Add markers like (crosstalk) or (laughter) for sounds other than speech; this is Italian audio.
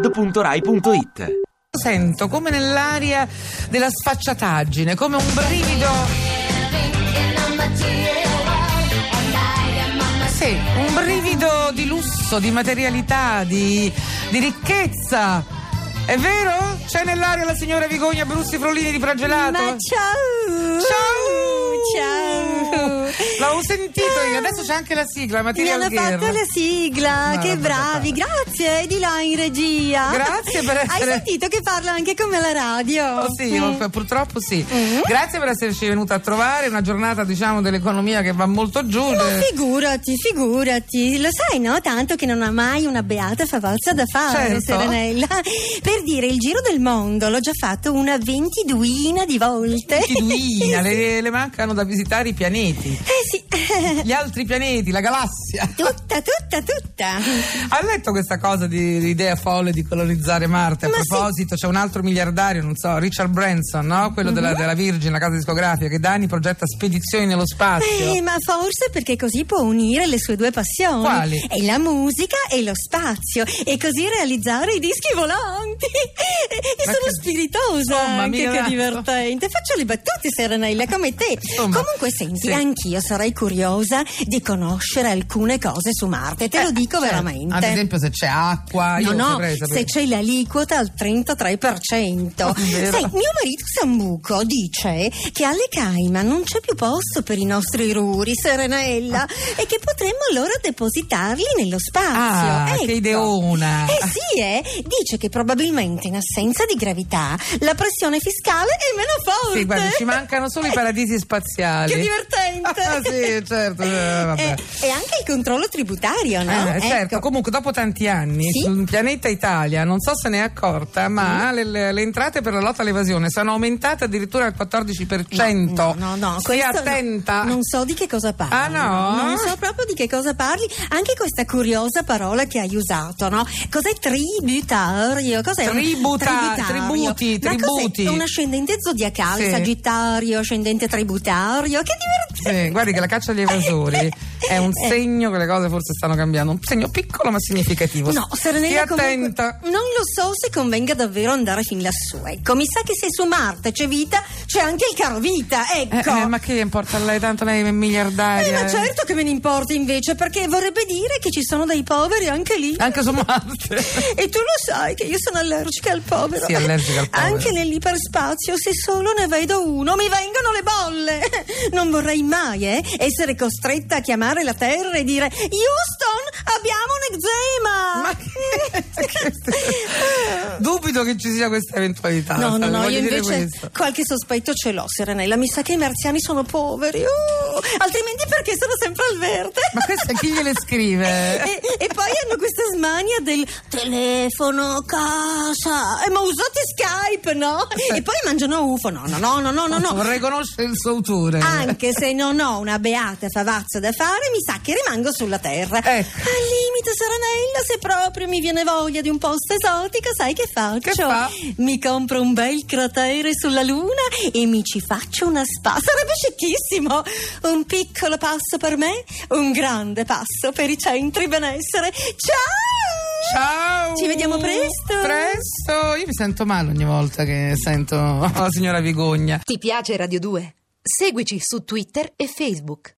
radio2pod.rai.it Sento come nell'aria della sfacciataggine, come un brivido. Sì, un brivido di lusso, di materialità, di, di ricchezza. È vero? C'è nell'aria la signora Vigogna Brussi Frolini di Pragelato? Ma ciao! Ciao! Ciao! L'ho sentito io, adesso c'è anche la sigla, Mi Material hanno Girl. fatto la sigla, No, che non poteva bravi, grazie, di là in regia. Grazie per essere- Hai sentito che parla anche come la radio. Oh, sì, Mm. oh, purtroppo sì. Mm-hmm. Grazie per esserci venuta a trovare, una giornata diciamo dell'economia che va molto giù. Ma Eh, Oh, figurati, figurati, lo sai no? Tanto che non ha mai una beata favolza da fare, Certo. Serenella. Per dire, il giro del mondo l'ho già fatto una ventiduina di volte. Fiduina, le, le mancano da visitare i pianeti, (laughs) Eh sì, (laughs) gli altri pianeti, la galassia. tutta, tutta, tutta. Ha letto questa cosa di di idea folle di colonizzare Marte? A Ma sì. proposito, c'è un altro miliardario, non so, Richard Branson, no? quello Mm-hmm. della, della Virgin, la casa discografica, che da anni progetta spedizioni nello spazio. Eh, ma forse perché così può unire le sue due passioni. Quali? E la musica e lo spazio. E così realizzare i dischi volanti. (laughs) E Ma sono che- spiritosa Insomma, anche, che Milano. divertente. Faccio le battute, Serenella, come te. Insomma, Comunque, senti, sì. anch'io sarei curiosa di conoscere alcune cose su Marte. Te lo Eh, dico cioè, veramente. Ad esempio se c'è acqua, Ah, io No, no, saprei sapere. se c'è l'aliquota al 33%. Oh, vero. Sai, mio marito Sambuco dice che alle Caima non c'è più posto per i nostri ruri, Ah. Serenella, e che potremmo allora depositarli nello spazio. Ah, Ecco. che ideona! Eh sì, eh! Dice che probabilmente in assenza di gravità la pressione fiscale è meno forte. Ah, Sì, guarda, ci mancano solo i paradisi spaziali. Eh. Che divertente! (laughs) Ah, (laughs) sì, certo, eh, vabbè. E, e anche il controllo tributario, no? Eh, Ecco. certo, comunque dopo tanti anni Sì. Mm. sul pianeta Italia, non so se ne è accorta, ma le- le, le entrate per la lotta all'evasione sono aumentate addirittura al 14%. No, no, no, Stia questo no. attenta. non so di che cosa parli. Ah, no? Non so proprio di che cosa parli. Anche questa curiosa parola che hai usato, no? Cos'è tributario? Cos'è un- Tributa- tributario? tributi, Ma cos'è? tributi. Un ascendente zodiacale, Sì. sagittario, ascendente tributario. Che divertente! Sì, guardi che la caccia agli evasori è un (laughs) Eh. segno che le cose forse stanno cambiando, un segno piccolo ma significativo. No, Serenella Stia comunque attenta. non lo so se convenga davvero andare fin lassù. Ecco, mi sa che se su Marte c'è vita, c'è anche il caro vita, Eh, ecco. eh, ma che importa a lei tanto lei è miliardaria. Eh, ma eh. certo che me ne importa invece, perché vorrebbe dire che ci sono dei poveri anche lì. Anche su Marte. (laughs) E tu lo sai che io sono allergica al povero. Sì, allergica al povero. Anche nell'iperspazio, se solo ne vedo uno, mi vengono le bolle. (laughs) Non vorrei mai, eh, essere costretta a chiamare la Terra e dire Houston, abbiamo un eczema. Ma (laughs) che- Dubito che ci sia questa eventualità. No, no, Salve, no, voglio io dire invece questo. qualche sospetto ce l'ho, Serenella. Mi sa che i marziani sono poveri. Uh, altrimenti perché sono sempre al verde? Ma questa chi gliele scrive? (laughs) (laughs) e, e poi hanno questa smania del telefono casa. Eh, ma usate Skype, no? E poi mangiano UFO. No, no, no, no, no, no. no. Vorrei conoscere il suo autore. Anche se non ho una beata favazza da fare, mi sa che rimango sulla terra. Ecco. Al limite, Saranella, se proprio mi viene voglia di un posto esotico, sai che faccio? Che fa? Mi compro un bel cratere sulla luna e mi ci faccio una spa. Sarebbe cicchissimo! Un piccolo passo per me, un grande passo per i centri benessere. Ciao! Ciao! Ci vediamo presto. Presto! Io mi sento male ogni volta che sento la signora Vigogna. Ti piace Radio 2? Seguici su Twitter e Facebook.